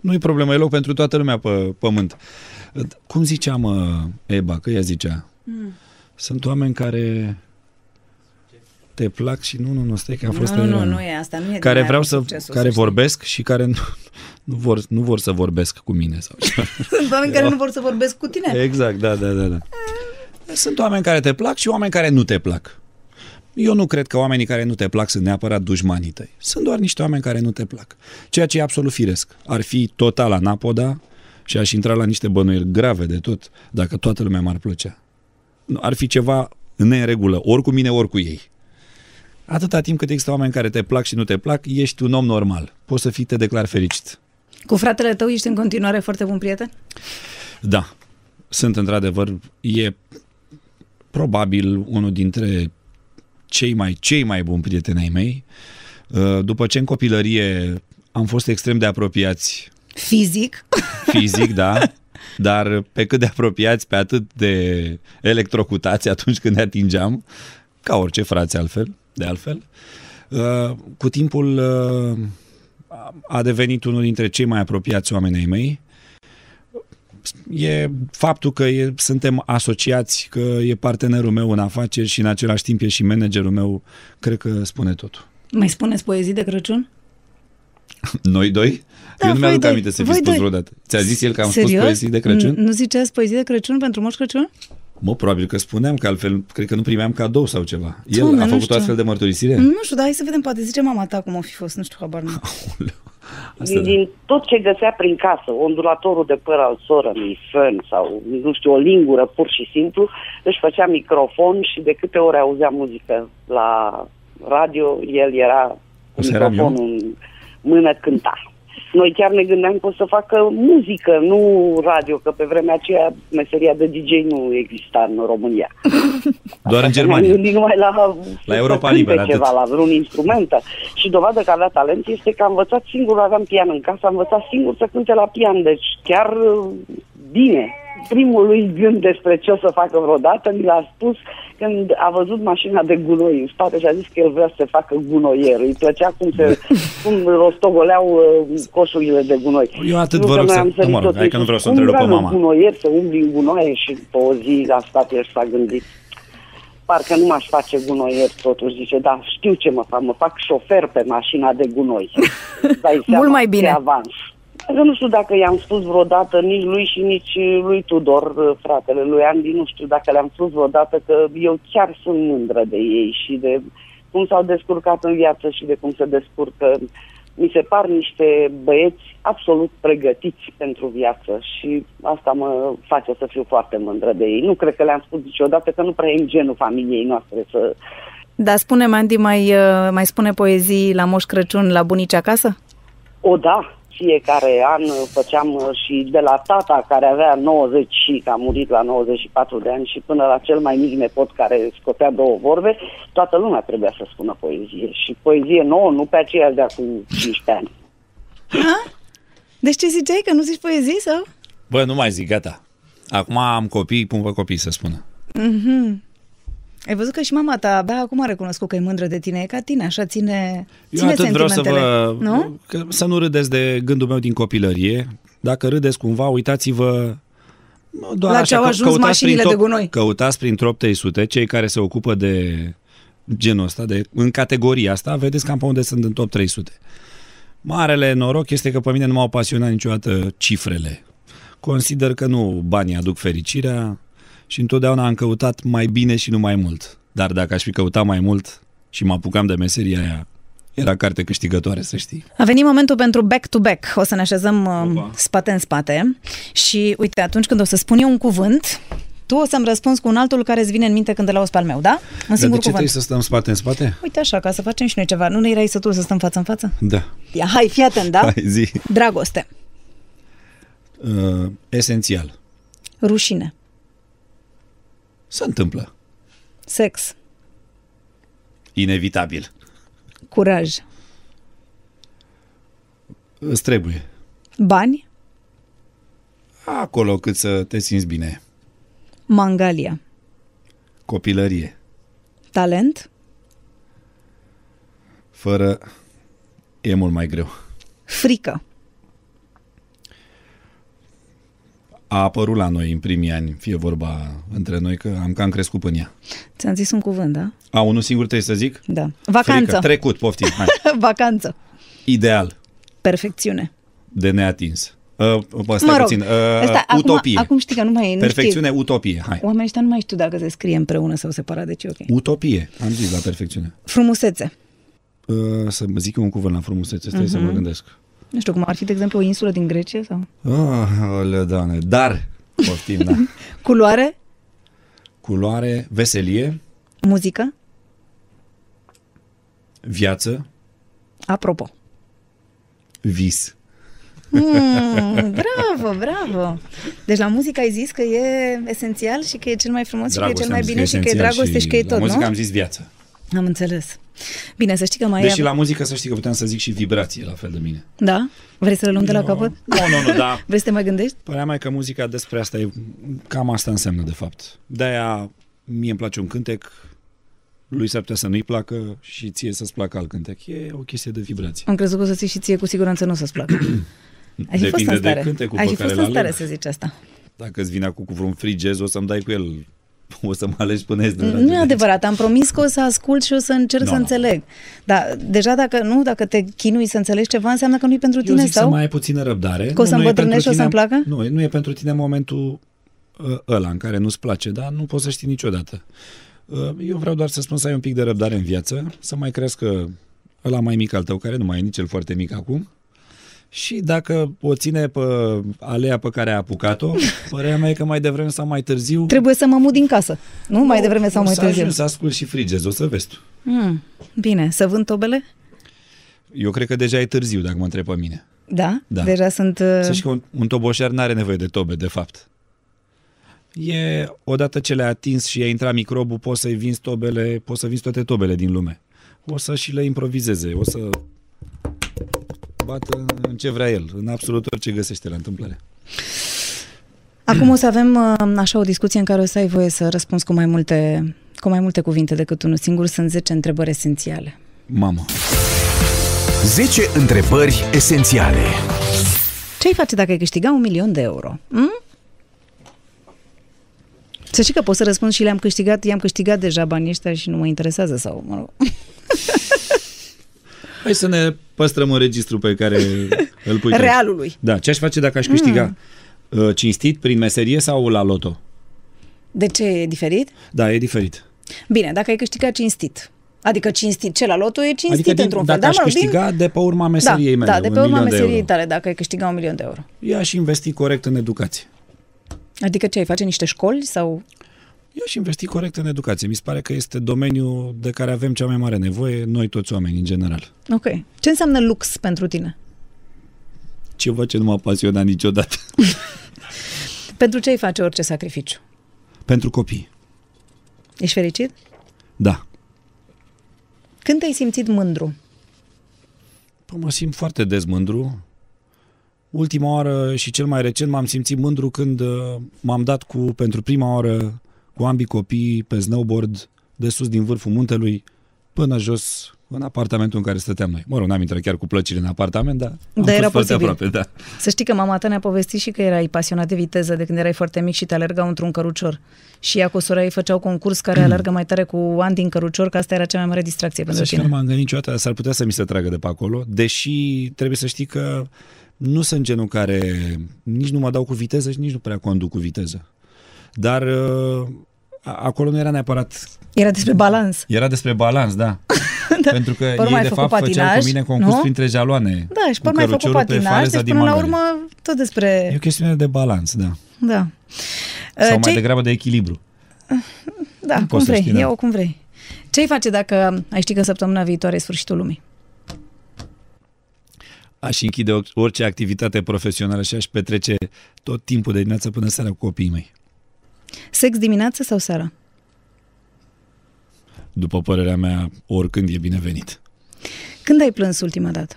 nu e problemă, e loc pentru toată lumea pe pământ. Cum zicea, mă, Eba, că ea zicea? Mm. Sunt oameni care te plac și nu, nu, nu, stai că a fost nu, nu, aia. nu, nu e asta, nu e Care din vreau aia să, cu succesul, care știi. vorbesc și care nu, nu, vor, nu vor să vorbesc cu mine. Sau ceva. Sunt oameni care nu vor să vorbesc cu tine. exact, da, da, da, da. Sunt oameni care te plac și oameni care nu te plac. Eu nu cred că oamenii care nu te plac sunt neapărat dușmanii tăi. Sunt doar niște oameni care nu te plac. Ceea ce e absolut firesc. Ar fi total anapoda și aș intra la niște bănuieli grave de tot dacă toată lumea m-ar plăcea. Nu, Ar fi ceva în regulă, ori cu mine, ori cu ei. Atâta timp cât există oameni care te plac și nu te plac, ești un om normal. Poți să fii, te declar fericit. Cu fratele tău ești în continuare foarte bun prieten? Da, sunt într-adevăr, e probabil unul dintre cei mai, cei mai buni prieteni ai mei. Uh, După ce în copilărie am fost extrem de apropiați Fizic? fizic, da, dar pe cât de apropiați, pe atât de electrocutați atunci când ne atingeam, ca orice frați altfel, de altfel, Uh, cu timpul uh, a- a devenit unul dintre cei mai apropiați oameni ai mei. E faptul că e, suntem asociați, că e partenerul meu în afaceri și în același timp e și managerul meu, cred că spune totul. Mai spuneți poezii de Crăciun? Noi doi? Da, Eu nu mi-aduc voi aminte doi, să fi voi spus doi. vreodată. Ți-a zis el că am Serios? Mm, spus poezii de Crăciun? N- Nu ziceați poezii de Crăciun pentru Moș Crăciun? Mă, probabil că spuneam că altfel, cred că nu primeam cadou sau ceva. El Doamne, a nu făcut știu. Mm. o astfel de mărturisire? Nu știu, dar hai să vedem, poate zice mama ta cum a fi fost, nu știu, habar nu. Asta da. Din tot ce găsea prin casă, ondulatorul de păr al sorămii, fân sau, nu știu, o lingură pur și simplu, își făcea microfon și de câte ori auzea muzică la radio, el era cu Asta eram microfonul în mână cânta. Noi chiar ne gândeam că o să facă muzică, nu radio, că pe vremea aceea meseria de DJ nu exista în România. Doar în Ne-am Germania. gândit numai la, La să Europa cânte Liberă, ceva, atât. la vreun instrument. Și dovadă că avea talent este că a învățat singur, aveam pian în casă, a învățat singur să cânte la pian, deci chiar uh, bine. Primul lui gând despre ce o să facă vreodată mi l-a spus când a văzut mașina de gunoi în spate și a zis că el vrea să se facă gunoier. Îi plăcea cum se Da. cum rostogoleau uh, coșurile de gunoi. Eu atât Nu vă că rog noi să- am nu, mă rog, sărit tot hai că nu vreau să timpul, întrerup pe "Cum vreau mama." în gunoier, să umbli în gunoaie și pe o zi a stat el și s-a gândit parcă nu m-aș face gunoier totuși, zice, dar știu ce mă fac, mă fac șofer pe mașina de gunoi. Îți Dai seama, Mult mai bine. ce avans. Că nu știu dacă i-am spus vreodată nici lui și nici uh, lui Tudor, fratele lui Andy, nu știu dacă le-am spus vreodată că eu chiar sunt mândră de ei și de cum s-au descurcat în viață și de cum se descurcă. Mi se par niște băieți absolut pregătiți pentru viață și asta mă face să fiu foarte mândră de ei. Nu cred că le-am spus niciodată că nu prea e în genul familiei noastre să... Dar spune, Andy, mai, uh, mai spune poezii la Moș Crăciun la bunici acasă? O, da, fiecare an făceam uh, și de la tata care avea 90 și că a murit la 94 de ani și până la cel mai mic nepot care scotea două vorbe, toată lumea trebuia să spună poezie. Și poezie nouă, nu pe aceea de acum 15 ani. Deci ce ziceai? Că nu zici poezii sau? Bă, nu mai zic, gata. Acum am copii, pun pe copii să spună. Ai văzut că și mama ta abia acum a recunoscut că e mândră de tine, e ca tine, așa ține, Eu ține atât vreau să sentimentele. vă... Nu? Că, să nu râdeți de gândul meu din copilărie. Dacă râdeți cumva, uitați-vă nu doar La așa, ce au că- ajuns căutați mașinile prin de gunoi. Căutați prin top 300 cei care se ocupă de genul ăsta, de, în categoria asta, vedeți cam pe unde sunt în top 300. Marele noroc este că pe mine nu m-au pasionat niciodată cifrele. Consider că nu banii aduc fericirea și întotdeauna am căutat mai bine și nu mai mult. Dar dacă aș fi căutat mai mult și mă apucam de meseria aia, era carte câștigătoare, să știi. A venit momentul pentru back-to-back. O să ne așezăm Opa. spate în spate și, uite, atunci când o să spun eu un cuvânt, tu o să-mi răspunzi cu un altul care îți vine în minte când îl auzi pe al meu, da? Un Dar de singur ce trebuie cuvânt. să stăm spate în spate? Uite așa, ca să facem și noi ceva. Nu ne erai sătul să stăm față în față? Da. Ia, hai, fii atent, da? Hai, zi. Dragoste, Uh, esențial. rușine, Se întâmplă. sex, Inevitabil. curaj, Îți trebuie. bani, Acolo cât să te simți bine. mangalia, Copilărie. talent, Fără e mult mai greu. frică, A apărut la noi în primii ani, fie vorba între noi, că am cam crescut în ea. Ți-am zis un cuvânt, da? A, unul singur trebuie să zic? Da. Frică. Vacanță. Trecut, poftim. Hai. Vacanță. Ideal Perfecțiune. de neatins. Uh, bă, stai mă rog, puțin. Uh, asta, utopie. Acum, acum știi că nu mai nu Perfecțiune, utopie. Hai. Știi, oamenii ăștia nu mai știu dacă se scrie împreună sau separat, deci e ok. Utopie. Am zis la perfecțiune. Frumusețe. Uh, să zic eu un cuvânt la frumusețe, stai uh-huh. Mhm. să mă gândesc. Nu știu cum ar fi, de exemplu, o insulă din Grecia sau... Oh, doamne, dar, poftim, da. Culoare, Culoare, veselie, muzică, viață, apropo. vis. Mm, bravo, bravo. Deci la muzică ai zis că e esențial și că e cel mai frumos și că e cel mai am zis bine și că e esențial dragoste și, că e la tot, muzică nu? am zis viață. Am înțeles. Bine, să știi că mai Deși e... la muzică să știi că puteam să zic și vibrație la fel de mine. Da? Vrei să le luăm de la capăt? Nu, nu, nu, da. Vrei să te mai gândești? Părea mai că muzica despre asta e, cam asta înseamnă de fapt. De-aia mie îmi place un cântec, lui s-ar putea să nu-i placă și ție să-ți placă alt cântec. E o chestie de vibrație. Am crezut că o să ții și ție, cu siguranță nu o să-ți placă. Ai fi Depinde fost de în stare. cântecul Ai pe fi care fost îl în stare aleg. să zici asta. Dacă îți vine acum cu vreun free jazz, o să-mi dai cu el. O să mă alegi până ești de Nu e adevărat, am promis că o să ascult și o să încerc Nu, să nu. înțeleg. Dar deja dacă nu, dacă te chinui să înțelegi ceva, înseamnă că nu-i pentru Eu tine zic să sau? mai ai puțină răbdare. Că o să Nu, nu e îmbătrânești pentru și o tine- să-mi Nu, nu e pentru tine momentul ă, ăla în care nu-ți place, dar nu poți să știi niciodată. Ă, Eu vreau doar să spun să ai un pic de răbdare în viață, să mai crească ăla mai mic al tău, care nu mai e nici el foarte mic acum, și dacă o ține pe alea pe care a apucat-o, părerea mea e că mai devreme sau mai târziu... Trebuie să mă mut din casă, nu? Mai devreme sau o mai să târziu. ajungi să ascult și frigez, o să vezi tu. Mm, Bine, să vând tobele? Eu cred că deja e târziu, dacă mă întreb pe mine. Da? Da. Deja sunt... uh, Să știi că un, un toboșar nu are nevoie de tobe, de fapt. E, odată ce le-a atins și a intrat microbul, poți să-i vinzi tobele, poți să vinzi toate tobele din lume. O să și le improvizeze, o să bată în ce vrea el, în absolut orice găsește la întâmplare. Acum o să avem uh, așa o discuție în care o să ai voie să răspunzi cu mai multe, cu mai multe cuvinte decât unul singur. Sunt 10 întrebări esențiale. Mamă, 10 întrebări esențiale. Ce ai face dacă ai câștiga un milion de euro? Mm? Să știi că pot să răspund și le-am câștigat, i-am câștigat deja banii ăștia și nu mă interesează sau, mă rog. hai să ne păstrăm un registru pe care îl pui. tu. Realului. Da, ce aș face dacă aș câștiga? Mm. Cinstit, prin meserie sau la loto? De ce e diferit? Da, e diferit. Bine, dacă ai câștigat cinstit. Adică cinstit, ce la lotul e cinstit Adică din, într-un fel. da, dacă aș mă rog, din- câștiga de pe urma meseriei da, mele, da, de un pe urma milion de meseriei euro. tale, dacă ai câștiga un milion de euro. Eu aș investi corect în educație. Adică ce, ai face niște școli sau... Eu aș investi corect în educație. Mi se pare că este domeniul de care avem cea mai mare nevoie, noi toți oamenii în general. Ok. Ce înseamnă lux pentru tine? Ceva ce nu m-a pasionat niciodată. Pentru ce ai face orice sacrificiu? Pentru copii. Ești fericit? Da. Când te-ai simțit mândru? Păi mă simt foarte des mândru. Ultima oară și cel mai recent m-am simțit mândru când uh, m-am dat cu, pentru prima oară, cu ambii copii pe snowboard de sus din vârful muntelui până jos în apartamentul în care stăteam noi. Mă rog, n-am intrat chiar cu plăcile în apartament, dar am era fost foarte posibil. aproape, da. Să știi că mama ta ne-a povestit și că erai pasionat de viteză de când erai foarte mic și te alergau într-un cărucior. Și ea cu sora ei făceau concurs care alergă mai tare cu ani din cărucior, că asta era cea mai mare distracție pentru Să știi că nu tine. m-am gândit niciodată, s-ar putea să mi se tragă de pe acolo, deși trebuie să știi că nu sunt genul care nici nu mă dau cu viteză și nici nu prea conduc cu viteză. Dar uh, a- acolo nu era neapărat... Era despre balans. Era despre balans, da. da. Pentru că Pe urmă ei, ai de făcut fapt, făceau patinaj, cu mine concurs nu? printre jaloane. Da, și cu pe urmă ai făcut căruciorul pe patinaj, faleza deci din până la Mangale. urmă tot E o despre... chestiune de balans, da. Da. Sau mai Ce-ai- degrabă de echilibru. Da, cum poți să vrei, știi, da. ia-o cum vrei. Ce-ai face dacă ai ști că săptămâna viitoare e sfârșitul lumii? Aș închide oc- orice activitate profesională și aș petrece tot timpul de dimineață până seara cu copiii mei. Sex dimineața sau seara? După părerea mea, oricând e binevenit. Când ai plâns ultima dată?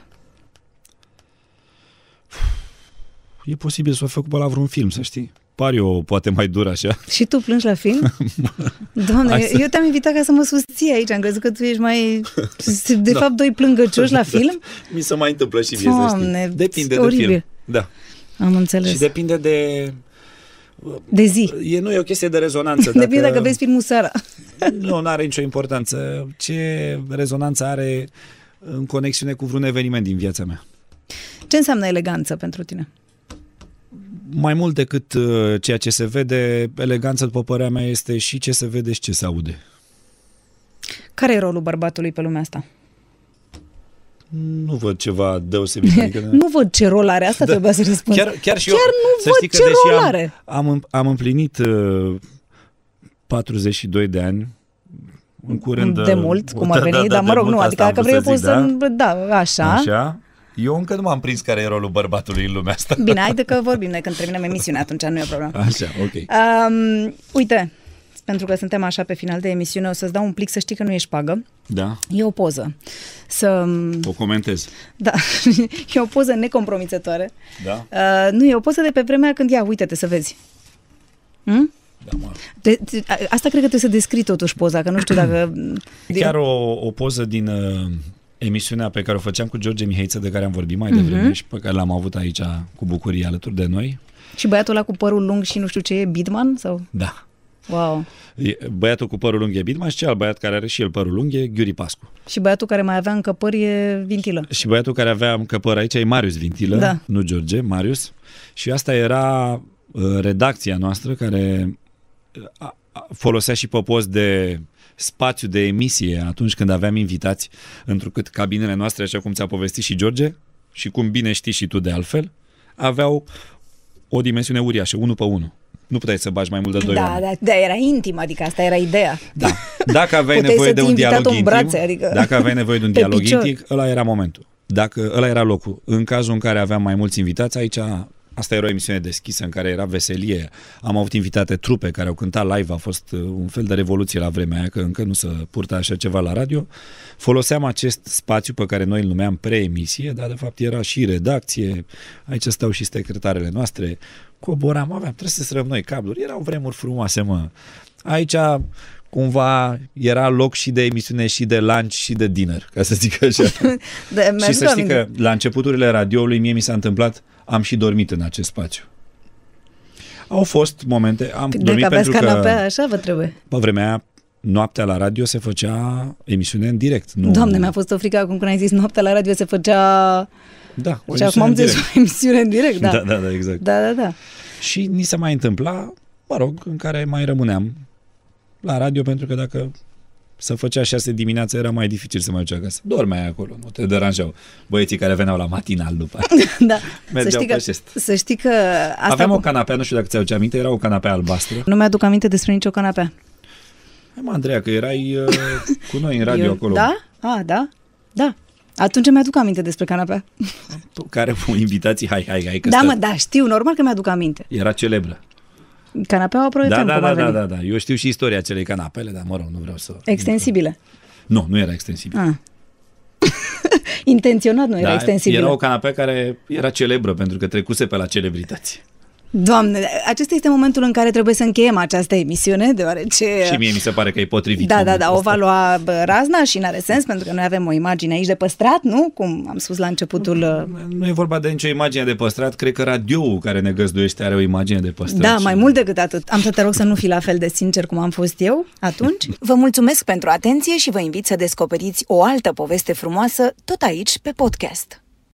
E posibil să o fac pe la vreun film, să știi. Par eu poate mai dur așa. Și tu plângi la film? Doamne, Hai eu, să- eu te-am invitat ca să mă susții aici, am crezut că tu ești mai... De Da. fapt, doi plângăcioși la film? Mi se mai întâmplă și mie, să știi. Doamne, Depinde de oribil. film. Da. Am înțeles. De... depinde de... de zi. E, nu e o chestie de rezonanță. Depinde dacă vezi filmul seara. Nu, nu are nicio importanță. Ce rezonanță are în conexiune cu vreun eveniment din viața mea. Ce înseamnă eleganță pentru tine? Mai mult decât uh, ceea ce se vede, eleganța, după părerea mea, este și ce se vede și ce se aude. Care e rolul bărbatului pe lumea asta? Nu văd ceva deosebit. Adică Nu văd ce rol are, asta da. trebuia să răspund. Chiar, chiar și chiar eu, nu să văd știi că ce deși rol am, are. Am, am împlinit uh, 42 de ani, în curând... de uh, mult, cum ar veni, da, dar de mă rog, mult, nu, asta adică am vrut dacă vrei eu poți zic, să... Da, așa. Așa. Eu încă nu m-am prins care e rolul bărbatului în lumea asta. Bine, haide că vorbim noi când terminăm emisiunea, atunci nu e o problemă. Așa, ok. Um, uite, pentru că suntem așa pe final de emisiune, o să-ți dau un plic să știi că nu ești pagă. Da, E o poză. Să... o comentez. Da, e o poză necompromițătoare. Da? Uh, nu, e o poză de pe vremea când, ia, uite-te să vezi. Hm? da mă. De, de, a- asta cred că trebuie să descrii totuși poza, că nu știu dacă... E chiar o, o poză din uh, emisiunea pe care o făceam cu George Mihaiță, de care am vorbit mai devreme și pe care l-am avut aici cu bucurie alături de noi. Și băiatul ăla cu părul lung și nu știu ce e, Bidman? Sau... Da. Wow. E- Băiatul cu părul lung e Bidman și cealalt băiat care are și el părul lung e Ghiuri Pascu. Și băiatul care mai avea încăpări e vintilă. Și băiatul care avea încăpări aici e Marius Vintilă, Da. nu George, Marius. Și asta era uh, redacția noastră care uh, a- a- folosea și pe post de spațiu de emisie atunci când aveam invitați, întrucât cabinele noastre, așa cum ți-a povestit și George, și cum bine știi și tu de altfel, aveau o dimensiune uriașă, unul pe unul. Nu puteai să bagi mai mult de doi Da, oameni. da, da, era intim, adică asta era ideea. Da. Dacă aveai Puteai nevoie să de ții un invitat dialog în intim, brațe, adică- dacă aveai nevoie de un Pe dialog picior. intim, ăla era momentul. Dacă ăla era locul, în cazul în care aveam mai mulți invitați, aici Asta era o emisiune deschisă în care era veselie. Am avut invitate trupe care au cântat live, a fost uh, un fel de revoluție la vremea aia, că încă nu se purta așa ceva la radio. Foloseam acest spațiu pe care noi îl numeam preemisie, dar de fapt era și redacție, aici stau și secretarele noastre, coboram, aveam, trebuie să strâm noi cabluri, erau vremuri frumoase, mă. Aici cumva era loc și de emisiune și de lunch și de dinner, ca să zic așa. De, și să știi că la începuturile radioului mie mi s-a întâmplat, am și dormit în acest spațiu. Au fost momente, am Dacă dormit aveați pentru că... canapea, așa vă trebuie. Pe vremea aia, noaptea la radio se făcea emisiune în direct. Nu... Doamne, mi-a fost o frică acum când ai zis noaptea la radio se făcea... Da, o și emisiune acum în am zis direct. o emisiune în direct, da. Da, da, da, exact. Da, da, da. Și ni se mai întâmpla, mă rog, în care mai rămâneam la radio, pentru că dacă să făcea șase dimineața era mai dificil să mai duci acasă. Dormeai acolo, nu te deranjau băieții care veneau la matinal după aia. da. Să Mergeau știi, pe că, șest. să știi că asta Aveam cu- o canapea, nu știu dacă ți-au aminte, era o canapea albastră. Nu mi-aduc aminte despre nicio canapea. Hai mă, Andreea, că erai uh, cu noi în radio Eu- acolo. Da? A, da? Da. Atunci îmi aduc aminte despre canapea. Tu care cu invitații, hai, hai, hai, că da, stă- mă, da, știu, normal că mi-aduc aminte. Era celebră. Canapeaua Da, proiectăm da, cum da, a da, venit. da, da. Eu știu și istoria acelei canapele, dar mă rog, nu vreau să... Extensibile. Nu, nu era extensibil. Ah. Intenționat nu era Da, extensibilă. Era o canapea care era celebră pentru că trecuse pe la celebrități. Doamne, acesta este momentul în care trebuie să încheiem această emisiune, deoarece... Și mie mi se pare că e potrivit. Da, da, momentul da, o ăsta. va lua bă, razna și n-are sens, pentru că noi avem o imagine aici de păstrat, nu? Cum am spus la începutul... uh, Nu e vorba de nicio imagine de păstrat, cred că radioul care ne găzduiește are o imagine de păstrat. Da, și- mai mult decât atât. Am să te rog să nu fii la fel de sincer cum am fost eu atunci. Vă mulțumesc pentru atenție și vă invit să descoperiți o altă poveste frumoasă tot aici pe podcast.